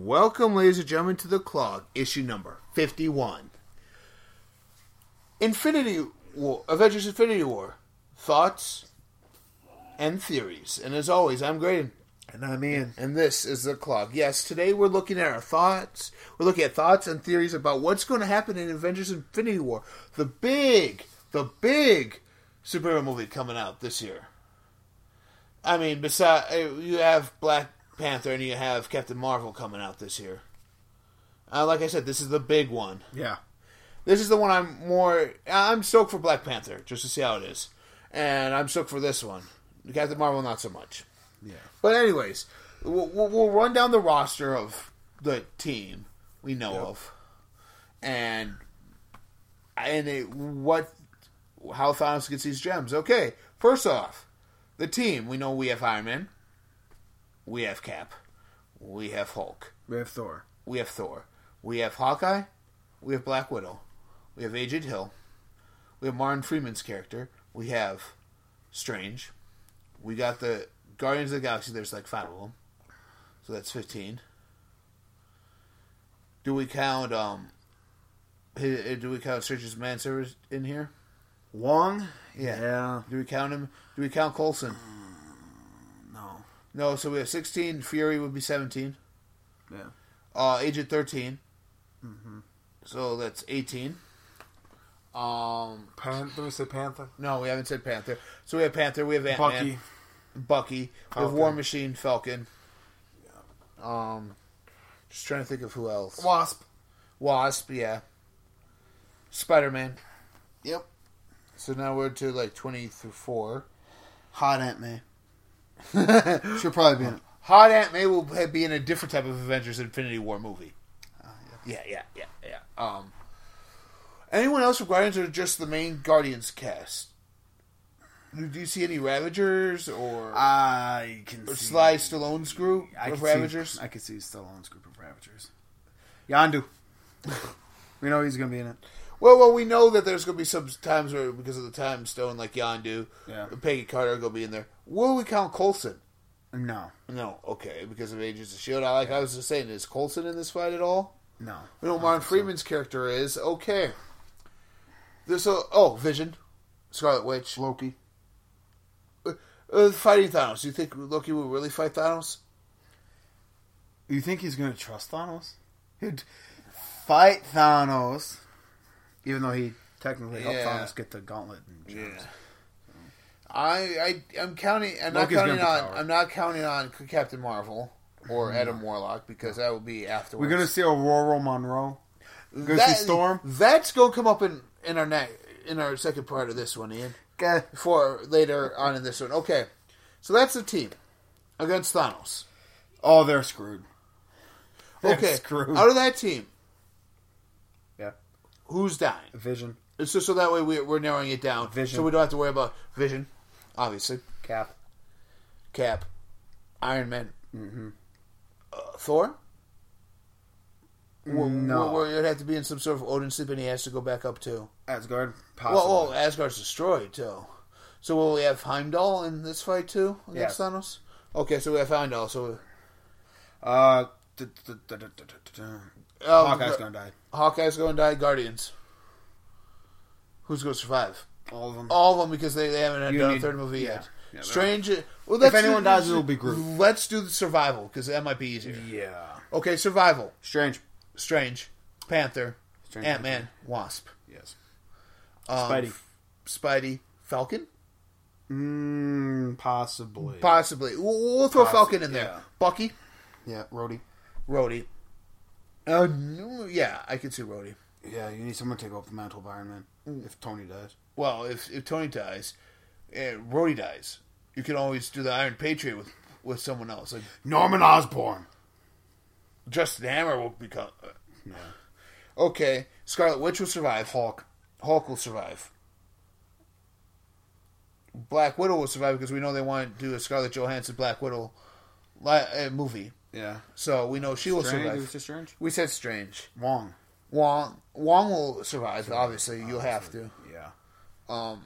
Welcome, ladies and gentlemen, to the Clog, issue number fifty-one. Infinity War, Avengers: Infinity War, thoughts and theories. And as always, I'm Graydon. And I'm in. And this is the clog. Yes, today we're looking at our thoughts. We're looking at thoughts and theories about what's going to happen in Avengers: Infinity War, the big, the big superhero movie coming out this year. I mean, besides you have Black Panther and you have Captain Marvel coming out this year. Uh, like I said, this is the big one. Yeah. This is the one I'm more. I'm stoked for Black Panther just to see how it is, and I'm stoked for this one. Captain Marvel, not so much. Yeah. But anyways, we'll, we'll we'll run down the roster of the team we know of, and and it, what how Thanos gets these gems. Okay, first off, the team we know we have Iron Man, we have Cap, we have Hulk, We have Thor. we have Thor, we have Hawkeye, we have Black Widow, we have Agent Hill, we have Martin Freeman's character, we have Strange, we got the Guardians of the Galaxy. There's like five of them, so that's fifteen. Do we count um? hi- Do we count Strange's manservant in here? Wong? Yeah. Yeah. Do we count him? Do we count Colson? No. No. So we have sixteen. Fury would be seventeen. Yeah. Uh, Agent 13 Mm-hmm. So that's eighteen. Um, Pan- did we say Panther? no, we haven't said Panther. So we have Panther. We have Ant Bucky. Man. Bucky. We have Falcon. War Machine. Falcon. Um, just trying to think of who else. Wasp. Wasp. Yeah. Spider Man. Yep. So now we're to like twenty through four. Hot Aunt May. She'll probably be in it. Hot Aunt May will be in a different type of Avengers Infinity War movie. yeah. yeah, yeah, yeah, Um, anyone else from Guardians or just the main Guardians cast? Do do you see any Ravagers or, I can or see. Sly Stallone's group I can of Ravagers? See, I can see Stallone's group of Ravagers. Yandu. we know he's going to be in it. Well, well, we know that there's going to be some times where because of the time stone, like Yondu, Yeah. Peggy Carter going to be in there. Will we count Colson? No. No, okay, because of Agents of Shield. I like I was just saying, is Colson in this fight at all? No. We know Martin Freeman's character is okay. There's a oh Vision, Scarlet Witch, Loki. uh, fighting Thanos. You think Loki will really fight Thanos? You think he's going to trust Thanos? He'd fight Thanos, even though he technically helped Yeah. Thanos get the gauntlet. And gems. I I I'm counting. I'm Loki's not counting gonna on. be power. I'm not counting on Captain Marvel or Adam Warlock because that will be afterwards. We're going to see Aurora Monroe. We're going to see That- Storm. That's gonna come up in in our next in our second part of this one, Ian. Okay. For later on in this one. Okay, so that's the team against Thanos. Oh, they're screwed. They're Okay, screwed. out of that team, yeah. who's dying? Vision, It's just so that way we, we're narrowing it down. Vision. So we don't have to worry about Vision, obviously, Cap, Cap, Iron Man, mm-hmm. uh, Thor. Where- No. where- where it'd have to be in some sort of Odin sleep, and he has to go back up too. Asgard, Well, possibly. well, oh, Asgard's destroyed too. So will we have Heimdall in this fight too against Yes. Thanos? Okay, so we have Heimdall. So Uh, duh, duh, duh, duh, duh, duh, duh. uh, Hawkeye's gonna die. Hawkeye's going to die. Guardians. Who's going to survive? All of them. all of them because they, they haven't had You done a need- third movie yeah. yet. Yeah, they're- Strange. Well, let's anyone dies, it'll be Groot. Let's do the survival because that might be easier. Yeah. Okay, survival. Strange. Strange, Panther, Strange Ant Man, Wasp, Yes. um, Spidey. Spidey, Falcon. Mm, possibly. Possibly, we'll, we'll throw Possi- Falcon in there. yeah. Bucky, yeah, Rhodey. Rhodey. Uh, no, yeah, I could see Rhodey. Yeah, you need someone to take off the mantle of Iron Man if Tony dies. Well, if if Tony dies, eh, Rhodey dies. You can always do the Iron Patriot with with someone else. Like Norman Osborn. Justin Hammer will become. No. Okay, Scarlet Witch will survive. Hulk. Hulk will survive. Black Widow will survive because we know they want to do a Scarlett Johansson Black Widow li- uh, movie, Yeah. so we know she will Strange. It survive. was just Strange. We said Strange. Wong. Wong Wong will survive. Obviously, you'll have to. Yeah. Um,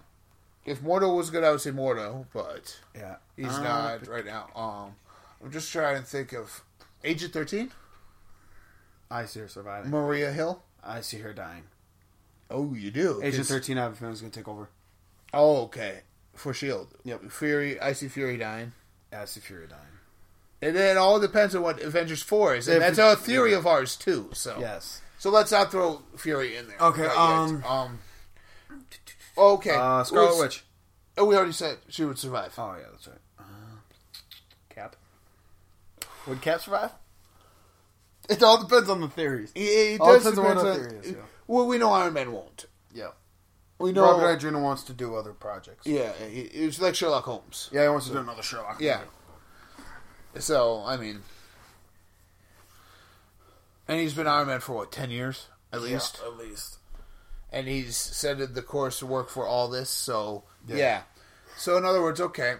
if Mordo was good, I would say Mordo, but Yeah. he's Uh, not right now. Um, I'm just trying to think of Agent Thirteen. I see her surviving. Maria Hill. I see her dying. Oh, you do. Agent 'cause- Thirteen, I is going to take over. Oh, okay. For Shield. Yep. E Fury. I see Fury dying. I see Fury dying. And then it all depends on what Avengers Four is, and If that's it- a theory of ours too. So Yes. So let's not throw Fury in there. Okay, Not yet. um. Okay. Uh, Scarlet Who's- Witch. Oh, we already said she would survive. Oh yeah, that's right. Uh, Cap. Would Cap survive? It all depends on the theories. It, it All does Oh, depends on depend what on. the theory is, yeah. Well, we know Iron Man won't. Yeah. We know. Robert Adrina wants to do other projects. yeah, it- it's like Sherlock Holmes. Yeah, he wants to do another Sherlock. Yeah. So I mean, and he's been Iron Man for what ten years at least, at least. and he's said that the course to work for all this. So yeah. Yeah. So in other words, okay.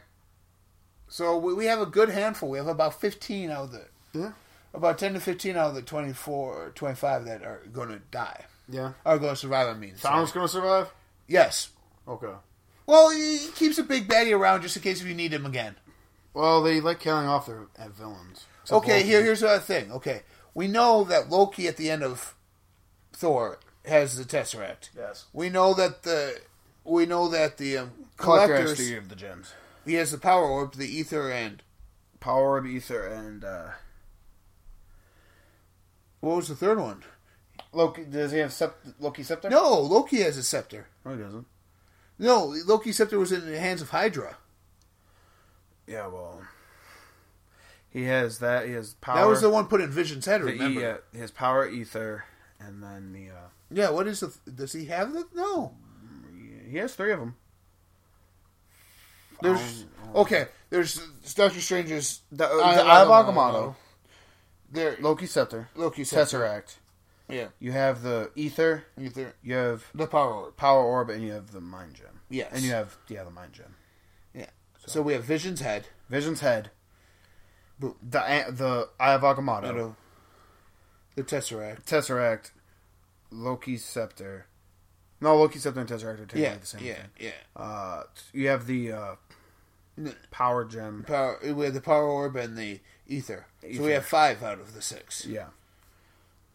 So we, we have a good handful. We have about fifteen out of the Yeah. about ten to fifteen out of the 24 or twenty five that are going to die Yeah. are going to survive. I mean, Thanos gonna survive? yes. Okay. Well, he he keeps a big baddie around just in case we need him again. Well, they like killing off their uh, villains. Except Okay, Loki. here, here's the other thing. Okay, we know that Loki at the end of Thor has the Tesseract. Yes. We know that the we know that the um, Collector collectors has to give the gems. he has the power orb, the ether, and Power of Ether and uh what was the third one? Loki. Does he have sept- Loki scepter? No, Loki has a scepter. no, he doesn't. No, Loki's scepter was in the hands of Hydra. Yeah, well, he has that. He has power. That was the one put in Vision's head. the E- Remember? uh, his power ether, and then the uh, yeah. What is the? Does he have that? No. he has three of them. There's Um, okay. There's Doctor Strange's The, Eye the of Eye of Agamotto. Agamotto, there. Loki scepter, Loki scepter. Tesseract. Yeah. You have the ether. Ether. You have The power orb. power orb, and you have the mind gem. Yes. And you have yeah the mind gem. Yeah. So, we have Vision's head. Vision's head. The Boom. a- the Eye of Agamotto. The Tesseract. Tesseract, Loki's scepter. No, Loki's scepter and Tesseract are technically Yeah. the same Yeah. thing. Yeah. Uh, you have the uh, N- power gem. Power. We have the power orb and the ether. So we Ether. have five out of the six. Yeah,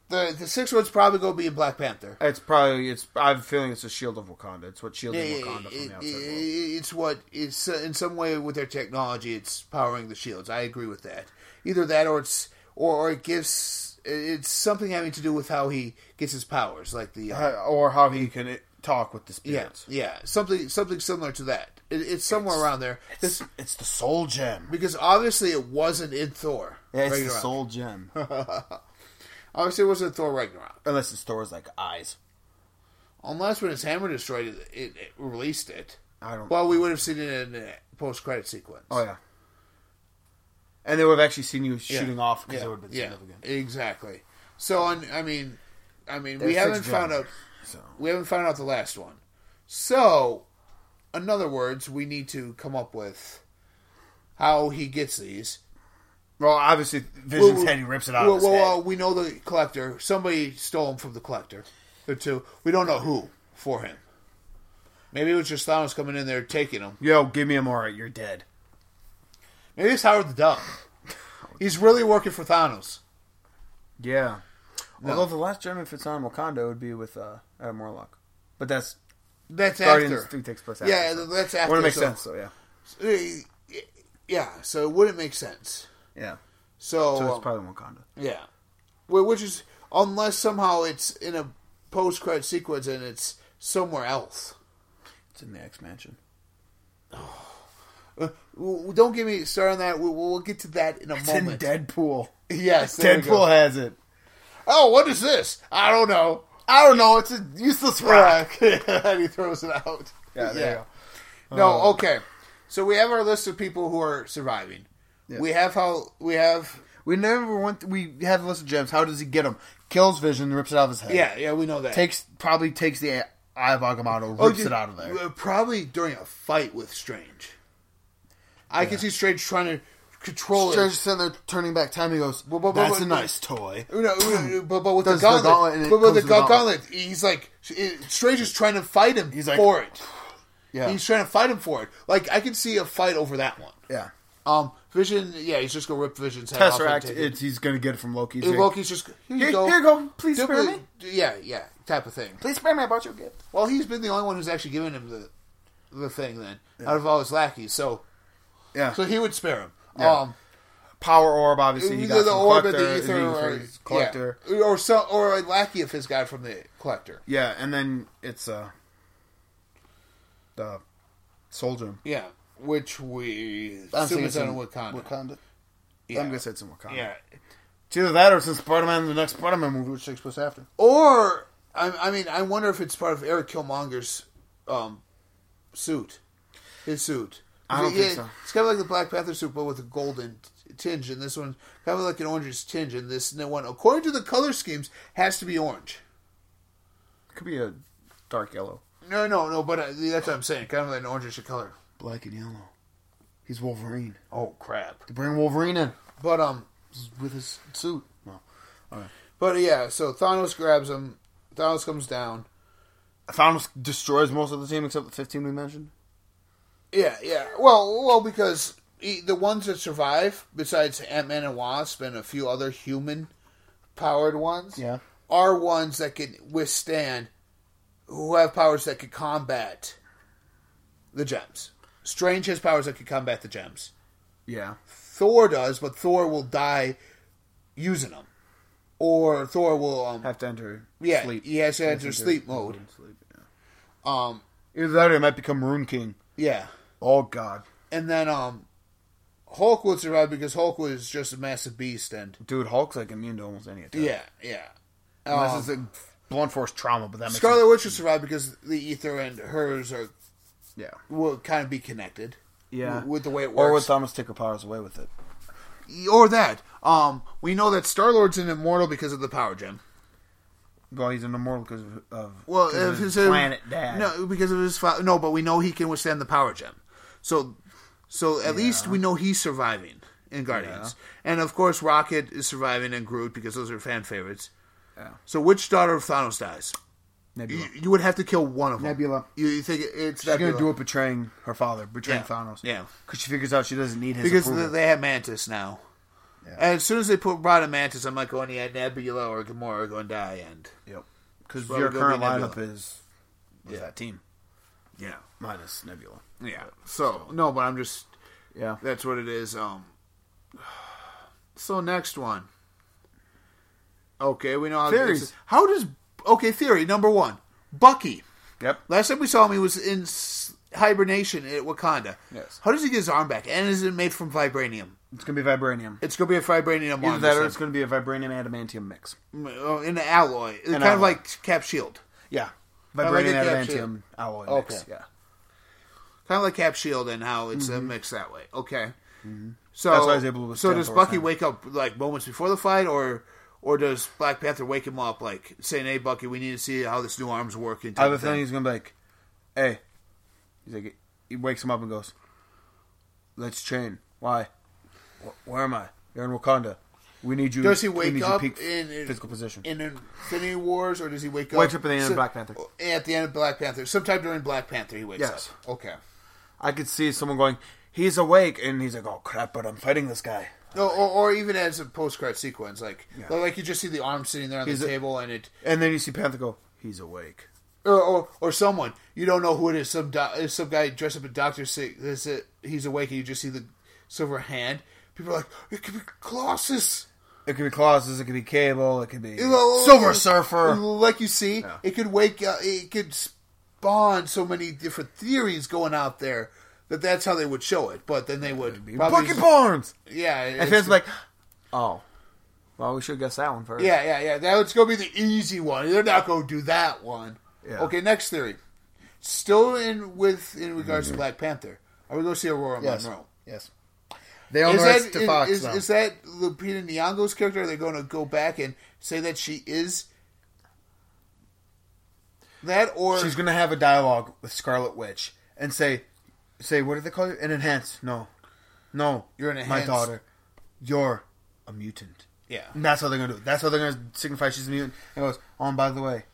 The the sixth one's probably gonna be in Black Panther. it's probably it's. I have a feeling it's the shield of Wakanda. It's what shielded Yeah, yeah, Wakanda from it- the outside world. it- it's what it's uh, in some way with their technology. It's powering the shields. I agree with that. Either that, or it's or, or it gives it's something having to do with how he gets his powers, like the uh, Uh, Or how he can uh, talk with the yeah spirits. yeah something something similar to that. It, it's somewhere around there. This- It's, it's the soul gem. because obviously it wasn't in Thor. Yeah, it's the Ragnarok. soul gem. Obviously it wasn't Thor Ragnarok. Unless it's Thor's like eyes. Unless when his hammer destroyed it, it, it released it. I don't. Well, we would have seen it in a post credit sequence. oh yeah. And they would have actually seen you shooting off because Yeah, it would have been yeah, significant. Exactly. So and, I mean, I mean, we There's haven't six found out. gems, So We haven't found out the last one. So, in other words, we need to come up with how he gets these. Well, obviously, Vision's Well, head, he rips it out well, of his well, head. well, we know the collector. Somebody stole them from the collector. The two. We don't know who for him. Maybe it was just Thanos coming in there taking them. Yo, give me a more, you're dead. Maybe it's Howard the Duck. He's really working for Thanos. Yeah. Although the last German if it's on Wakanda it would be with uh, Adam Warlock. But that's That's Guardians after. 3 takes place after. yeah, so. that's Well, after. it makes so- sense, so yeah. yeah, so it wouldn't make sense. Yeah. So, So um, it's probably Wakanda. yeah, Wh- which is unless somehow it's in a post credit sequence and it's somewhere else. It's in the X Mansion. Uh, w- w- don't give me start on that. We- We'll, get to that in a It's in moment. Deadpool. yes, there we go. Deadpool has it. Oh, what is this? I don't know. I don't know, it's a useless rock. and he throws it out. Yeah, there you go. Um, No, okay. So we have our list of people who are surviving. We have how we have. We never went, we have a list of gems. How does he get them? Kills Vision, rips it out of his head. Yeah, yeah, we know that. Takes, probably takes the Eye of Agamotto, rips dude, it out of there. uh, Probably during a fight with Strange. I can see Strange trying to control Strange sitting there turning back time. He goes, but- "That's but- a nice toy." it. No, no, but, but with the Does the gauntlet, gauntlet and it but with comes the to the gauntlet, gauntlet. he's like it- Strange is trying to fight him He's like- for it. Yeah, He's trying to fight him for it. Like I can see a fight over that one. yeah. Um, Vision, yeah, he's just gonna rip Vision's head off. and Tesseract, take it's he's gonna get it from Loki. it. Loki's just here. You Here- go. here you go. Please Do- spare me. Yeah, yeah, type of thing. Please spare me. I bought you a gift. Well, he's been the only one who's actually given him the the thing then out of all his lackeys. So Yeah. so he would spare him. Yeah. Um, Power orb, obviously. He either got the from orb or collector, the and ether, he was or, from his collector. yeah. or so, or a lackey of his got from the collector. Yeah. and then it's uh the soldier. Yeah, which we I'm assume thinking it's on in Wakanda. Wakanda. Yeah. I'm gonna say it's in Wakanda. yeah, It's either that or it's in Spider-Man, the next Spider-Man movie, which takes place after. or I, I mean, I wonder if it's part of Eric Killmonger's um, suit, his suit. I don't Yeah, think so. It's kind of like the Black Panther suit, but with a golden t- tinge, and this one kind of like an orange tinge, and this new one, according to the color schemes, has to be orange. Could be a dark yellow, No, no, no, but uh, that's what I'm saying. Kind of like an orangish color. black and yellow. He's Wolverine. Oh crap! They bring Wolverine in But um, with his suit. No. But yeah, so Thanos grabs him. Thanos comes down. Thanos destroys most of the team except the 15 we mentioned. Yeah, yeah. Well, well, because he, the ones that survive, besides Ant Man and Wasp and a few other human powered ones, Yeah. are ones that can withstand, who have powers that could combat the gems. Strange has powers that could combat the gems. Yeah. Thor does, but Thor will die using them, or Thor will um, Have to enter yeah, sleep. he has to enter sleep mode. Sleep, yeah. Um, Either that or he might become Maroon King. yeah. Oh, God. And then um Hulk would survive because Hulk was just a massive beast and Dude, Hulk's like immune to almost any attack. yeah, yeah. Unless Um, it's a blunt force trauma, but that makes Scarlet Witch would survive because the ether and hers are sense. Yeah. will kind of be connected. Yeah. w- with the way it Or would works, or, Thanos take her powers away with it? that. Um, we know that Star Lord's an immortal because of the power gem. Well, he's an immortal because of, of, Well, 'cause if of his, his planet dad. No, because of his father. No, but we know he can withstand the power gem. So, so at least we know he's surviving in Guardians, and of course Rocket is surviving in Groot because those are fan favorites. Yeah. So, which daughter of Thanos dies? You, Nebula. you would have to kill one of them. Nebula. You, you think it- it's She's Nebula? going to do it betraying her father, betraying Yeah. Thanos. Yeah. Because she figures out she doesn't need his because approval. th they have Mantis now. Yeah. And as soon as they put brought a Mantis, I'm like, going, yeah, Nebula or Gamora are going to die, and Yep. Because Well, your it'll current be lineup Nebula. is was that team yeah, minus Nebula. yeah. So no, but I'm just Yeah. That's what it is. Um. So next one. Okay, we know how Theories. it's- How does okay theory number one? Bucky. Yep. Last time we saw him, he was in s- hibernation at Wakanda. Yes. How does he get his arm back? And is it made from vibranium? It's gonna be vibranium. It's gonna be a vibranium Either arm. that or it's gonna be a vibranium adamantium mix. gonna... in an alloy, it's kind of alloy. like Cap Shield, Yeah. like Vibranium it, yeah, adamantium alloy mix. Okay. Yeah. kind of like Cap Shield, and how it's uh, mixed that way. Okay. So Mm-hmm. That's why he's able to So withstand does Thor's Bucky hammer. wake up like moments before the fight, or or does Black Panther wake him up like saying, "Hey, Bucky, we need to see how this new arm's working." I type have a of feeling thing. he's gonna be like, "Hey," he's like, he wakes him up and goes, "Let's train. Why? Wh- Where am I? You're in Wakanda. We need you. Does he we wake need you up peak in- in- physical position? in Infinity Wars, or does he wake up? Wakes up at the end of Black Panther. At the end of Black Panther, sometime during Black Panther, he wakes Yes. up. Okay. I could see someone going, "He's awake," and he's like, "Oh crap! But I'm fighting this guy." No, or, or even as a post-credit sequence, like Yeah. like you just see the arm sitting there on He's the a- table, and it And then you see Panther go, "He's awake." or, or or someone you don't know who it is. Some do- some guy dressed up in Doctor Sick. This it, he's awake, and you just see the silver hand. People are like, it could be Colossus, It could be Colossus. It could be Cable. It could be You know, Silver Surfer. Like you see, Yeah. it could wake. Uh, it could spawn so many different theories going out there that that's how they would show it. But then they would probably, Bucky Barnes. yeah, And it's- fans like, oh, well, we should guess that one first. yeah, yeah, yeah. That's gonna be the easy one. They're not gonna do that one. Yeah. Okay, next theory. Still in with in regards to Black Panther. Are we gonna see Aurora Monroe? Mm-hmm. Yes. They own Oh, Is the rights that, to Fox. is, now. is that Lupita Nyong'o's character? Are they going to go back and say that she is that, or She's gonna have a dialogue with Scarlet Witch and say, say what do they call you? An enhanced? No, no. You're an My enhanced- daughter. You're a mutant. yeah, And that's how they're gonna do it. That's how they're gonna signify she's a mutant. And goes, oh, and by the way,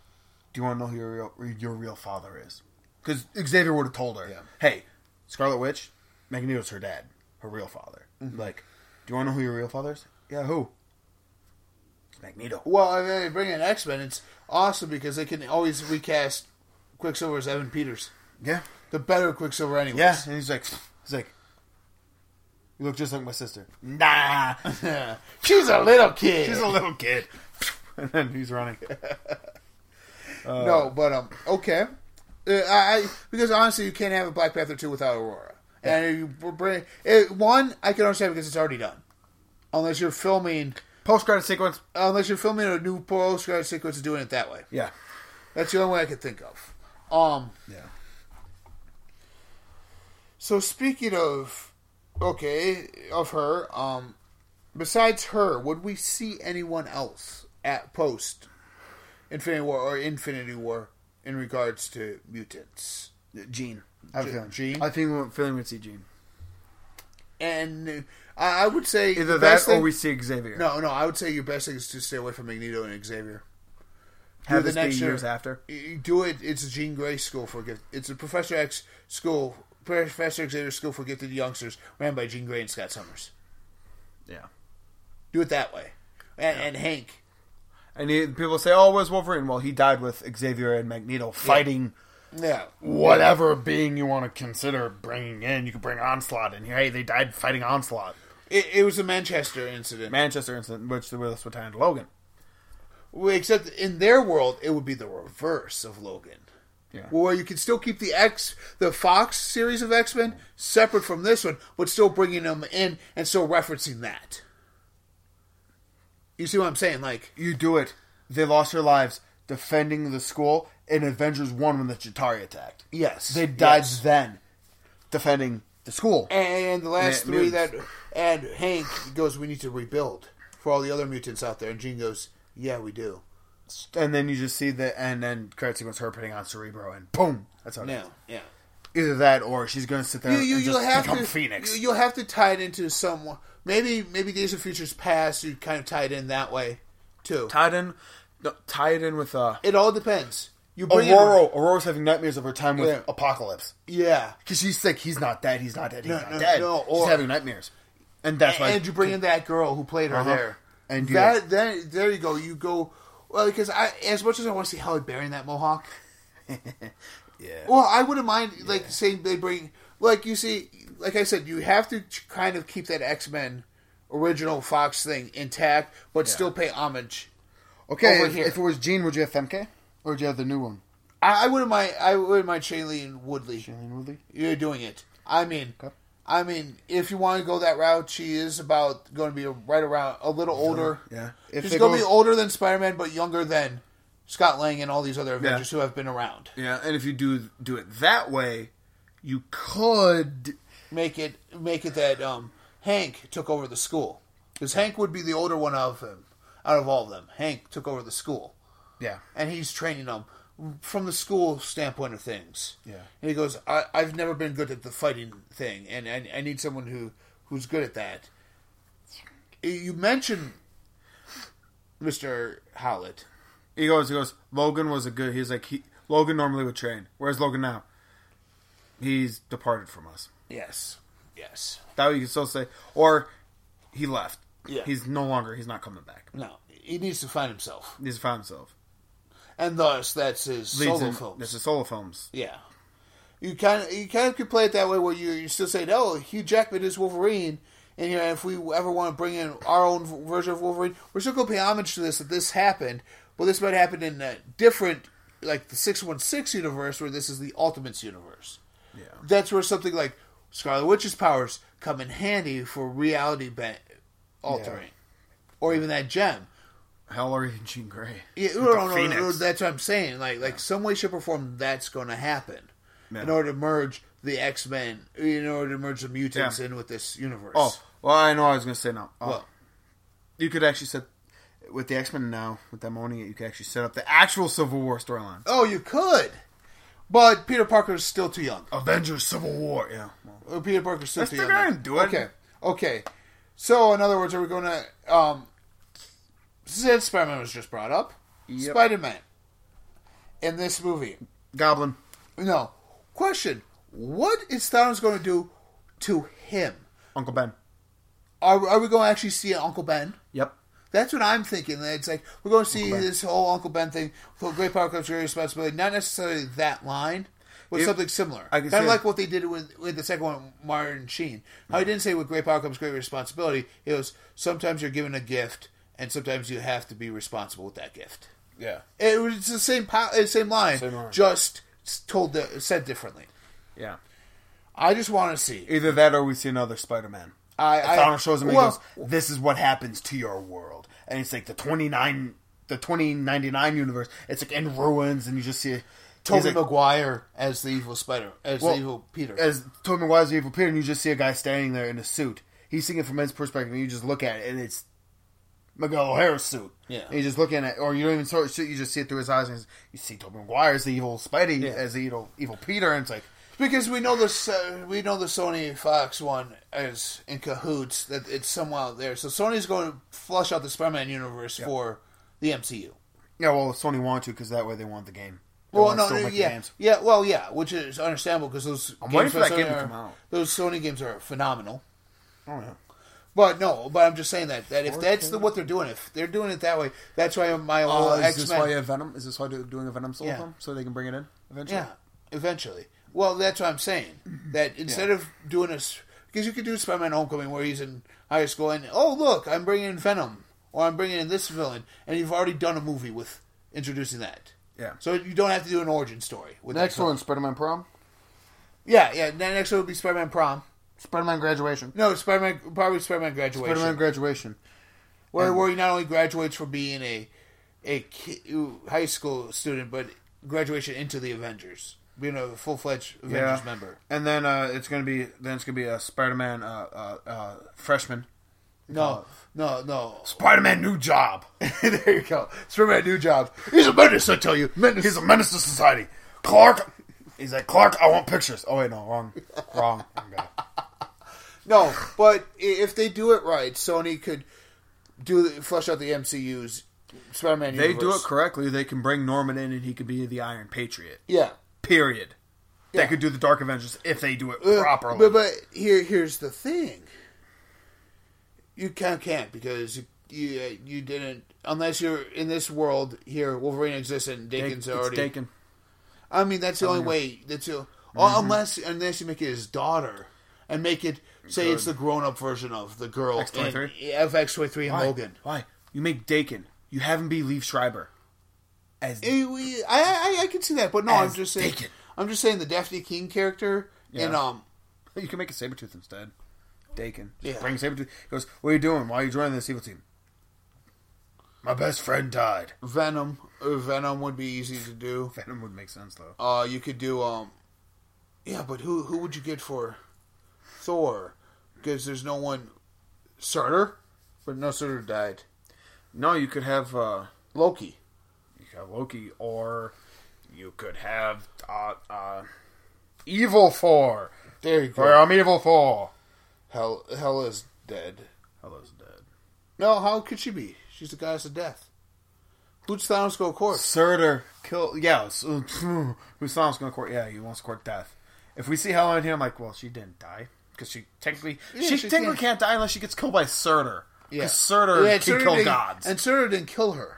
do you want to know who your real, your real father is? Because Xavier would have told her, Yeah. hey, Scarlet Witch, Magneto's her dad. Her her real father. Mm-hmm. Like, do you want to know who your real father is? Yeah, who? It's Magneto. Well, I mean, they bring in X Men. It's awesome because they can always recast Quicksilver as Evan Peters, Yeah, the better Quicksilver, anyways. yeah. And he's like, he's like, you look just like my sister. Nah, She's a little kid. she's a little kid. and then he's running. no, but um, okay. Uh, I, I because honestly, you can't have a Black Panther two without Aurora. And you br- bring it, one, I can understand because it's already done. Unless you're filming, Post credit sequence. unless you're filming a new post credit sequence and doing it that way. Yeah, That's the only way I could think of. Um. yeah. So speaking of, okay, of her. Um. Besides her, would we see anyone else at post Infinity War or Infinity War in regards to mutants? Gene. I have a Ge- feeling. Jean? I think we're feeling we'd see Gene. And uh, I I would say Either the that best thing- or we see Xavier. No, no. I would say your best thing is to stay away from Magneto and Xavier. have do the this be next year. years after. You do it. It's a Jean Grey School for gift. It's a Professor X school, Professor Xavier School for gifted youngsters, ran by Jean Grey and Scott Summers. Yeah. Do it that way, and, and Hank. And he, people say, "Oh, where's Wolverine?" Well, he died with Xavier and Magneto fighting Yeah, whatever being you want to consider bringing in. You could bring Onslaught in here. Hey, they died fighting Onslaught. it, it was a Manchester incident. Manchester incident, which the this would tie into Logan. Well, Except in their world, it would be the reverse of Logan. Yeah. Where you can still keep the X, the Fox series of X Men separate from this one, but still bringing them in and still referencing that. You see what I'm saying? Like, You do it. They lost their lives defending the school, and Avengers won when the Chitari attacked. yes, They died yes. then, defending the school. And the last Ma- three that, mutants. and Hank goes, "We need to rebuild for all the other mutants out there." And Jean goes, "Yeah, we do." And then you just see the and then credit sequence her putting on Cerebro, and boom, that's how it Now, ends. yeah. Either that, or she's going to sit there you, you and you'll just have become to Phoenix. You, will have to tie it into someone. Maybe maybe Days of Futures Past. You kind of tie it in that way too. tie it in, no, tie it in with uh, It all depends. You bring in, Aurora. Aurora's having nightmares of her time with Yeah. Apocalypse yeah, because she's sick. He's not dead. He's not dead. He's No, not no, dead. no, she's or- having nightmares, and that's why. and you bring in that girl who played her Uh-huh. there, And you- that then there you go. You go well because I as much as I want to see Halle Berry in that mohawk. yeah. Well, I wouldn't mind like saying they bring like you see, like I said, you have to ch- kind of keep that X Men original Fox thing intact, but still pay homage. Okay, over if, here. if it was Jean, would you have Femke or would you have the new one? I, I wouldn't mind. I wouldn't mind Chainley and Woodley. Shailene Woodley? You're doing it. I mean, Okay. I mean, if you want to go that route, she is about going to be right around a little older. yeah. If she's they going to go- be older than Spider Man, but younger than Scott Lang and all these other Avengers who have been around. Yeah, and if you do do it that way, you could. Make it, make it that um, Hank took over the school because Hank would be the older one of him out of all of them. Hank took over the school. Yeah, and he's training them from the school standpoint of things. Yeah. And he goes, I, I've never been good at the fighting thing, and I, I need someone who, who's good at that. You mentioned Mr. Howlett. he goes. He goes. Logan was a good. He's like he. Logan normally would train. Where's Logan now? He's departed from us. Yes. Yes. That way you can still say, or he left. Yeah. He's no longer. He's not coming back. No, he needs to find himself. He's found himself. And thus, that's his Leads solo in- films. This is solo films. Yeah. You kind of you kind of could play it that way where you you still say no. Hugh Jackman is Wolverine, and you know if we ever want to bring in our own v- version of Wolverine, we're still going to pay homage to this that this happened. Well, this might happen in a different, like the six one six universe, where this is the Ultimates universe. Yeah. That's where something like Scarlet Witch's powers come in handy for reality bent altering, or even that gem. Hillary and Jean Grey. Yeah, With no, the no, no, no, Phoenix. that's what I'm saying. Like, like some way, shape, or form, that's going to happen Yeah. in order to merge the X Men, in order to merge the mutants Yeah. in with this universe. Oh, well, I know what I was going to say now. Oh, What? You could actually set, with the X Men now, with them owning it, you could actually set up the actual Civil War storyline. oh, you could, but Peter Parker's still too young. Avengers Civil War. Yeah. Well, Uh, Peter Parker's still Let's too figure young. out and do it. Okay, okay. So, in other words, are we going to? Um, since Spider Man was just brought up, Yep. Spider Man in this movie. Goblin. No. Question. What is Thanos going to do to him? Uncle Ben. Are, are we going to actually see Uncle Ben? Yep. That's what I'm thinking. that It's like we're going to see Uncle Ben. this whole Uncle Ben thing. For great power comes great responsibility. Not necessarily that line, but If- something similar. I Kind can of say- like what they did with with the second one, Martin Sheen. How he didn't say with great power comes great responsibility. It was sometimes you're given a gift, and sometimes you have to be responsible with that gift. Yeah. It was the same po- uh, same line, Same line. just s- told the, said differently. Yeah. I just want to see. Either that or we see another Spider Man. I, I Donald shows him and well, he goes, This is what happens to your world. And it's like the twenty nine the twenty ninety nine universe. It's like in ruins and you just see Tobey he's like- Maguire as the evil Spider, as Well, the evil Peter. as Tobey Maguire's the evil Peter, and you just see a guy standing there in a suit. He's seeing it from his perspective, and you just look at it, and it's Miguel O'Hara's suit. Yeah. and you just looking at, it, or you don't even sort of suit. You just see it through his eyes, and it's- you see Tobey Maguire as the evil Spidey, Yeah. as the evil, evil Peter, and it's like, Because we know this, uh, we know the Sony Fox one is in cahoots that it's somewhere out there. So Sony's going to flush out the Spider-Man universe for the MCU. yeah, well, Sony want to because that way they want the game. They Well, want no, to still no make the yeah, games. yeah, well, yeah, which is understandable because those I'm waiting for that game to are, come out. Those Sony games are phenomenal. Oh, yeah. But no, but I'm just saying that that if 4K. that's the, what they're doing, if they're doing it that way, that's why my whole Oh, is this why X-Men. you have Venom? Is this why they're doing a Venom solo Yeah. film so they can bring it in eventually? Yeah, eventually. Well, that's what I'm saying. Mm-hmm. That instead of doing this, because you could do Spider-Man: Homecoming where he's in high school and oh look, I'm bringing in Venom or I'm bringing in this villain, and you've already done a movie with introducing that. Yeah. So you don't have to do an origin story. With Next that. one, Spider-Man Prom, Yeah, yeah. then Next one would be Spider-Man Prom. Spider-Man Graduation, No, Spider-Man probably Spider-Man Graduation, Spider-Man Graduation. where where he not only graduates from being a a ki- high school student, but graduation into the Avengers, being a full fledged Avengers member. And then uh, it's gonna be then it's gonna be a Spider-Man uh, uh, uh, freshman. No, no, no. Spider-Man new job. there you go. Spider-Man new job. He's a menace, I tell you. Menace. He's a menace to society. Clark. He's like Clark. I want pictures. Oh wait, no, wrong, wrong. wrong guy. No, but i- if they do it right, Sony could do flush out the MCU's Spider-Man. They universe. do it correctly. They can bring Norman in, and he could be the Iron Patriot. Yeah. Period. Yeah. They could do the Dark Avengers if they do it Uh, properly. But, but here, here's the thing. You can't, can't because you, you uh, you didn't unless you're in this world here. Wolverine exists and Take- Dakin's it's Oh, already. taken. I mean, that's the only way. That's the, Mm-hmm. well, unless unless you make it his daughter and make it say it's the grown up version of the girl X-23? in FX23 and Why? Logan. Why? You make Dakin. You have him be Leaf Schreiber. As Eh, we- I, I I can see that, but no, As I'm just saying. Dakin. I'm just saying the Daphne King character and Yeah. um You can make a Sabretooth instead. Dakin. Just Yeah. Bring Sabretooth. He goes, What are you doing? Why are you joining this evil team? My best friend died. Venom. uh, Venom would be easy to do. Venom would make sense, though. Uh, you could do um, yeah, but who who would you get for Thor? Because there's no one. Surtur, but no Surtur died. No, you could have uh, Loki. you could have Loki, or you could have uh, uh, Evil Four. There you Or I'm Evil Four. Hell, Hell uh, is dead. Hello's dead. No, how could she be? She's the goddess of death. Who'd Thanos go course? Surtur kill. Yeah, uh, so, who's Thanos going to court? Yeah, he wants to court death. If we see Hela in here, I'm like, well, she didn't die because she technically Yeah, she, she technically can't. can't die unless she gets killed by Surtur. Yeah. Because Surtur Yeah, can Surtur kill didn't- gods. And Surtur didn't kill her.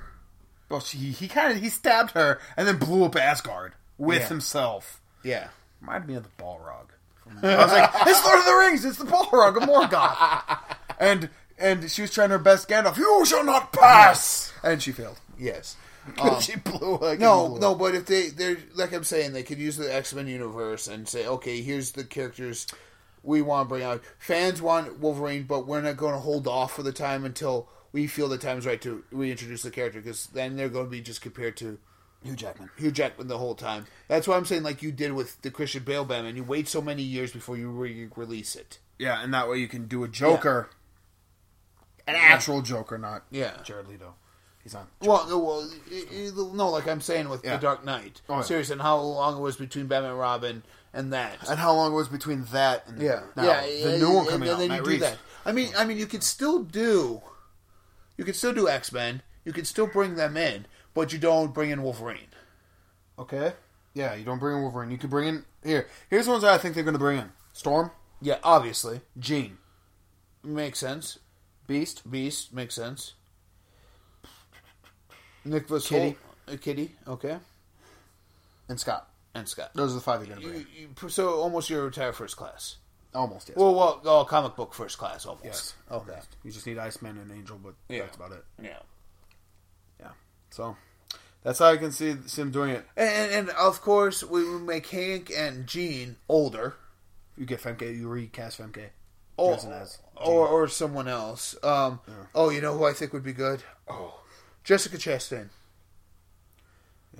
well, she he kind of he stabbed her and then blew up Asgard with Yeah. himself. Yeah. Reminded me of the Balrog. From- I was like, it's Lord of the Rings. It's the Balrog of Morgoth. and and she was trying her best. Gandalf, you shall not pass. And she failed. Yes. Um, she blew. Like, No, no, but if they they're like I'm saying, they could use the X Men universe and say, okay, here's the characters we want to bring out. Fans want Wolverine, but we're not going to hold off for the time until we feel the time's right to reintroduce the character because then they're going to be just compared to Hugh Jackman. Hugh Jackman the whole time. That's why I'm saying, like you did with the Christian Bale Batman, you wait so many years before you re- release it. Yeah, and that way you can do a Joker, an actual Joker, not Yeah. Jared Leto. He's on. Well, no, well, i- i- no, like I'm saying with Yeah. the Dark Knight Oh, yeah. series and how long it was between Batman and Robin and that. And how long was between that and Yeah, now, yeah, the yeah, new one and- coming and out? then Matt you do Reeves. that. I mean, I mean, you could still do, you could still do X Men. You could still bring them in, but you don't bring in Wolverine. Okay. Yeah, you don't bring in Wolverine. You could bring in here. Here's the ones that I think they're going to bring in: Storm, Yeah, obviously. Jean, Makes sense. Beast. Beast makes sense. Nicholas Kitty. Holt, uh, Kitty, okay, And Scott. and Scott. Those are the five you're going to bring. You, you, so almost your entire first class. Almost, yes. Well, well, oh, comic book first class almost. yes. Okay. You just need Iceman and Angel, but Yeah. that's about it. Yeah. Yeah. So, that's how I can see Sim doing it. And, and of course, we would make Hank and Jean older, You get Femke, you recast Femke. or Dressing as Jean. or, or someone else. Um, Oh, you know who I think would be good? Oh, Jessica Chastain.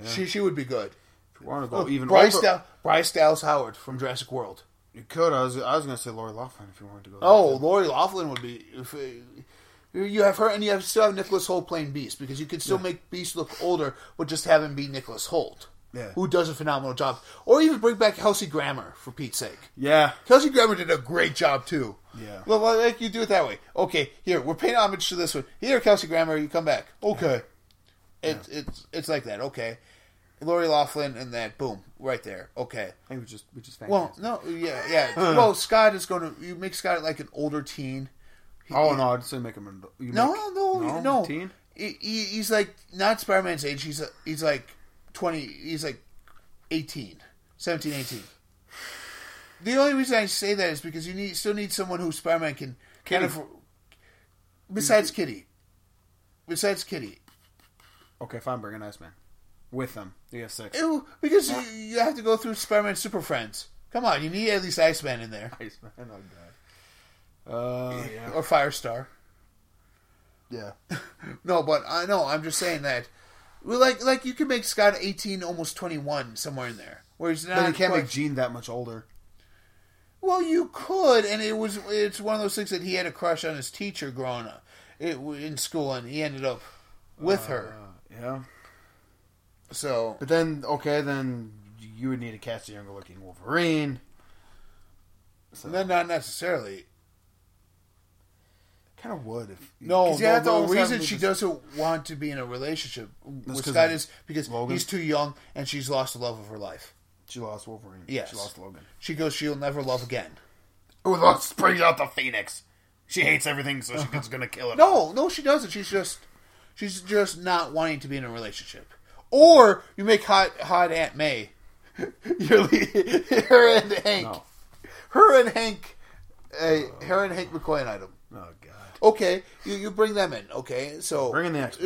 Yeah. She she would be good. Oh, If you want to go even Bryce older- Dow- Bryce Dallas Howard from Jurassic World. You could. I was, I was going to say Lori Loughlin if you wanted to go. Oh, Lori Laughlin would be. If, uh, you have her, and you have still have Nicholas Holt playing Beast because you could still make Beast look older, but just have him be Nicholas Holt, Yeah. who does a phenomenal job. Or even bring back Kelsey Grammer for Pete's sake. Yeah. Kelsey Grammer did a great job too. Yeah. Well, well, like you do it that way. Okay, here we're paying homage to this one. Here, Kelsey Grammer, you come back. Okay, it's it's it's like that. Okay, Lori Laughlin and that boom right there. Okay. I think we just, we just Well, no, yeah, yeah. well, Scott is going to you make Scott like an older teen. He- Oh, no, I just didn't make him. an- You no, make, no, no, no. Teen? He, he- he's like not Spider-Man's age. He's he's like twenty. He's like 18, 17, 18. The only reason I say that is because you need still need someone who Spider-Man can kind Kitty. Mm-hmm. of. Besides Kitty, besides Kitty, Okay, fine. Bring an Iceman with them. You have six. Ew, because you, you have to go through Spider-Man Super Friends. Come on, you need at least Iceman in there Iceman. Oh god. Uh, yeah. or Firestar. Yeah. No, but I know I'm just saying that. Well, like like you can make Scott 18, almost 21, somewhere in there. Where he's not. But you can't quite- make Gene that much older. Well, you could, and it was it's one of those things that he had a crush on his teacher growing up it, in school, and he ended up with her. Uh, Yeah. Uh, So But then, okay, then you would need to cast a younger looking Wolverine. So no, not necessarily. kind of would if No, 'cause you no, have to the always have reason him she just- doesn't want to be in a relationship with 'cause Scott of is because Logan? he's too young, and she's lost the love of her life. She lost Wolverine. Yes. She lost Logan. She goes, she'll never love again. Oh, let's bring out the Phoenix. She hates everything, so she's gonna kill it. No, no, she doesn't. She's just she's just not wanting to be in a relationship. Or you make hot hot Aunt May. You're le- her and Hank. No. Her and Hank. Uh, her and Hank McCoy an item. Oh god. Okay, you, you bring them in. Okay, so uh, Bring in the X.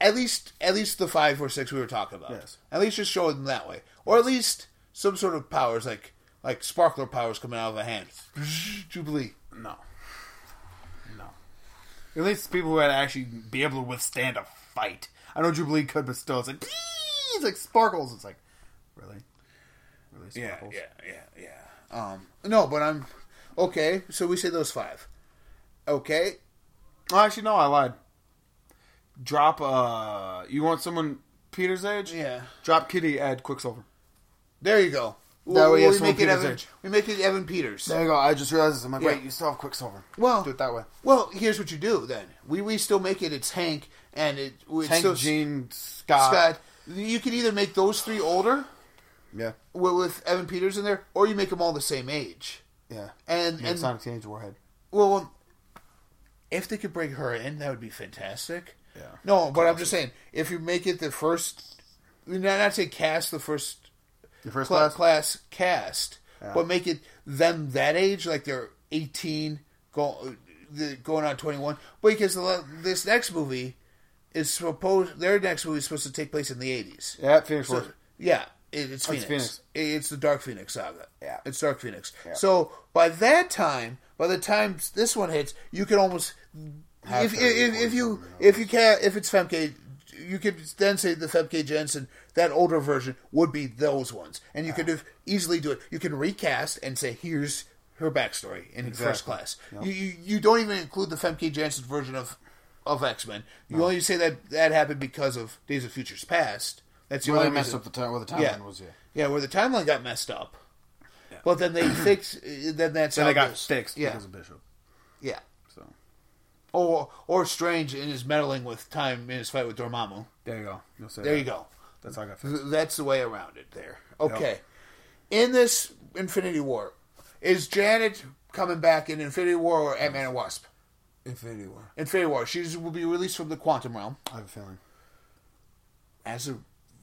at least at least the five or six we were talking about. Yes. At least just show them that way, or at least some sort of powers like like sparkler powers coming out of a hand. Jubilee. No. No. At least people who had to actually be able to withstand a fight. I know Jubilee could, but still, it's like, "Please," like sparkles. It's like, really? Really sparkles? yeah, yeah, yeah. Um, no, but I'm okay. So we say those five. Okay, Oh, actually, no, I lied. Drop, uh, you want someone Peter's age? Yeah. Drop Kitty, add Quicksilver. there you go. That way, we, yes, make it Peter's Evan. age. We make it Evan Peters. There you go. I just realized this. I'm like, Yeah. wait, you still have Quicksilver. Well- do it that way. Well, here's what you do then. We we still make it. It's Hank and it. It's Hank, still Jean, Scott. Scott. You could either make those three older Yeah. with, with Evan Peters in there, or you make them all the same age. Yeah. And And, and Sonic the Teenage Warhead. Well, um, if they could bring her in, that would be fantastic. Yeah. No, but I'm just saying, if you make it the first, not not say cast the first The first cla- class? class cast, but make it them that age, like they're 18, go, the- going on 21, because the, le- this next movie is supposed their next movie is supposed to take place in the 80s. Yeah, Phoenix So- Force. yeah, it, it's Phoenix. Oh, It's It's, Phoenix. the Dark Phoenix saga. Yeah. it's Dark Phoenix. So by that time, by the time this one hits, you can almost if, if, to if, if you if you can if it's Femke, you could then say the Femke Jensen that older version would be those ones, and you could Ah. have easily do it. You can recast and say here's her backstory in first class. You, you you don't even include the Femke Jensen version of of X Men. You only say that that happened because of Days of Futures Past. That's the Well, they only messed reason. up the time. Well, the timeline Yeah. was yeah. Yeah, where the timeline got messed up. But then they fixed. Then that's Then how they got this- fixed Yeah, because of Bishop. yeah. So Or or Strange in his meddling with time in his fight with Dormammu. there you go. You'll say There that. you go. That's how I got fixed. Th- That's the way around it. There. Okay. In this Infinity War, Is Janet coming back in Infinity War or Ant Man and Wasp? Infinity War. Infinity War. She will be released from the quantum realm I have a feeling. as a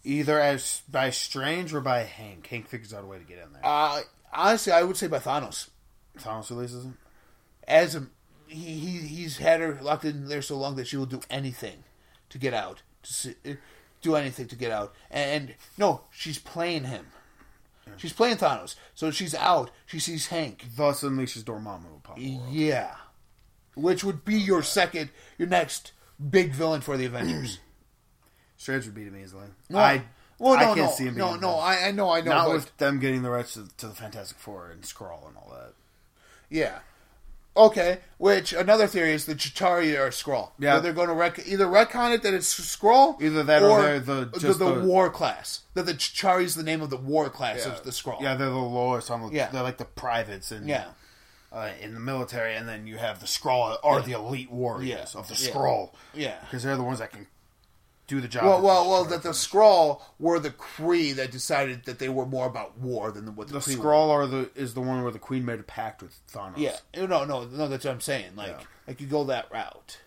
Either as by Strange or by Hank. Hank figures out a way to get in there. Uh, honestly, I would say by Thanos. Thomas releases him. As a, he, he he's had her locked in there so long that she will do anything to get out, to see, do anything to get out. And, no, she's playing him. She's playing Thanos. So she's out. She sees Hank. Thus unleashes Dormammu upon the world. Yeah, which would be your second, your next big villain for the Avengers. Strange would beat him easily. No, I, well, no, I can't no, see him no, beating no. him. I, I know, I know. Not but- with them getting the rights to, to the Fantastic Four and Skrull and all that. Yeah. Okay. Which another theory is the Chitauri are Skrull. Yeah. Where they're going to rec- either retcon it that it's Skrull, Either that or they're the- just the, the- war class. That the Chitauri is the name of the war class Yeah. of the Skrull. Yeah, they're the lowest on the. Yeah. They're like the privates and Yeah. uh, in the military, and then you have the Skrull or the elite warriors Yeah. of the Yeah. Skrull. Yeah. because they're the ones that can do the job. Well, that well, the well. Skrull- That the Skrull were the Kree that decided that they were more about war than what the, the Kree were. Skrull are the is the one where the Queen made a pact with Thanos. Yeah. No, no, no. That's what I'm saying. Like, Yeah. like you go that route.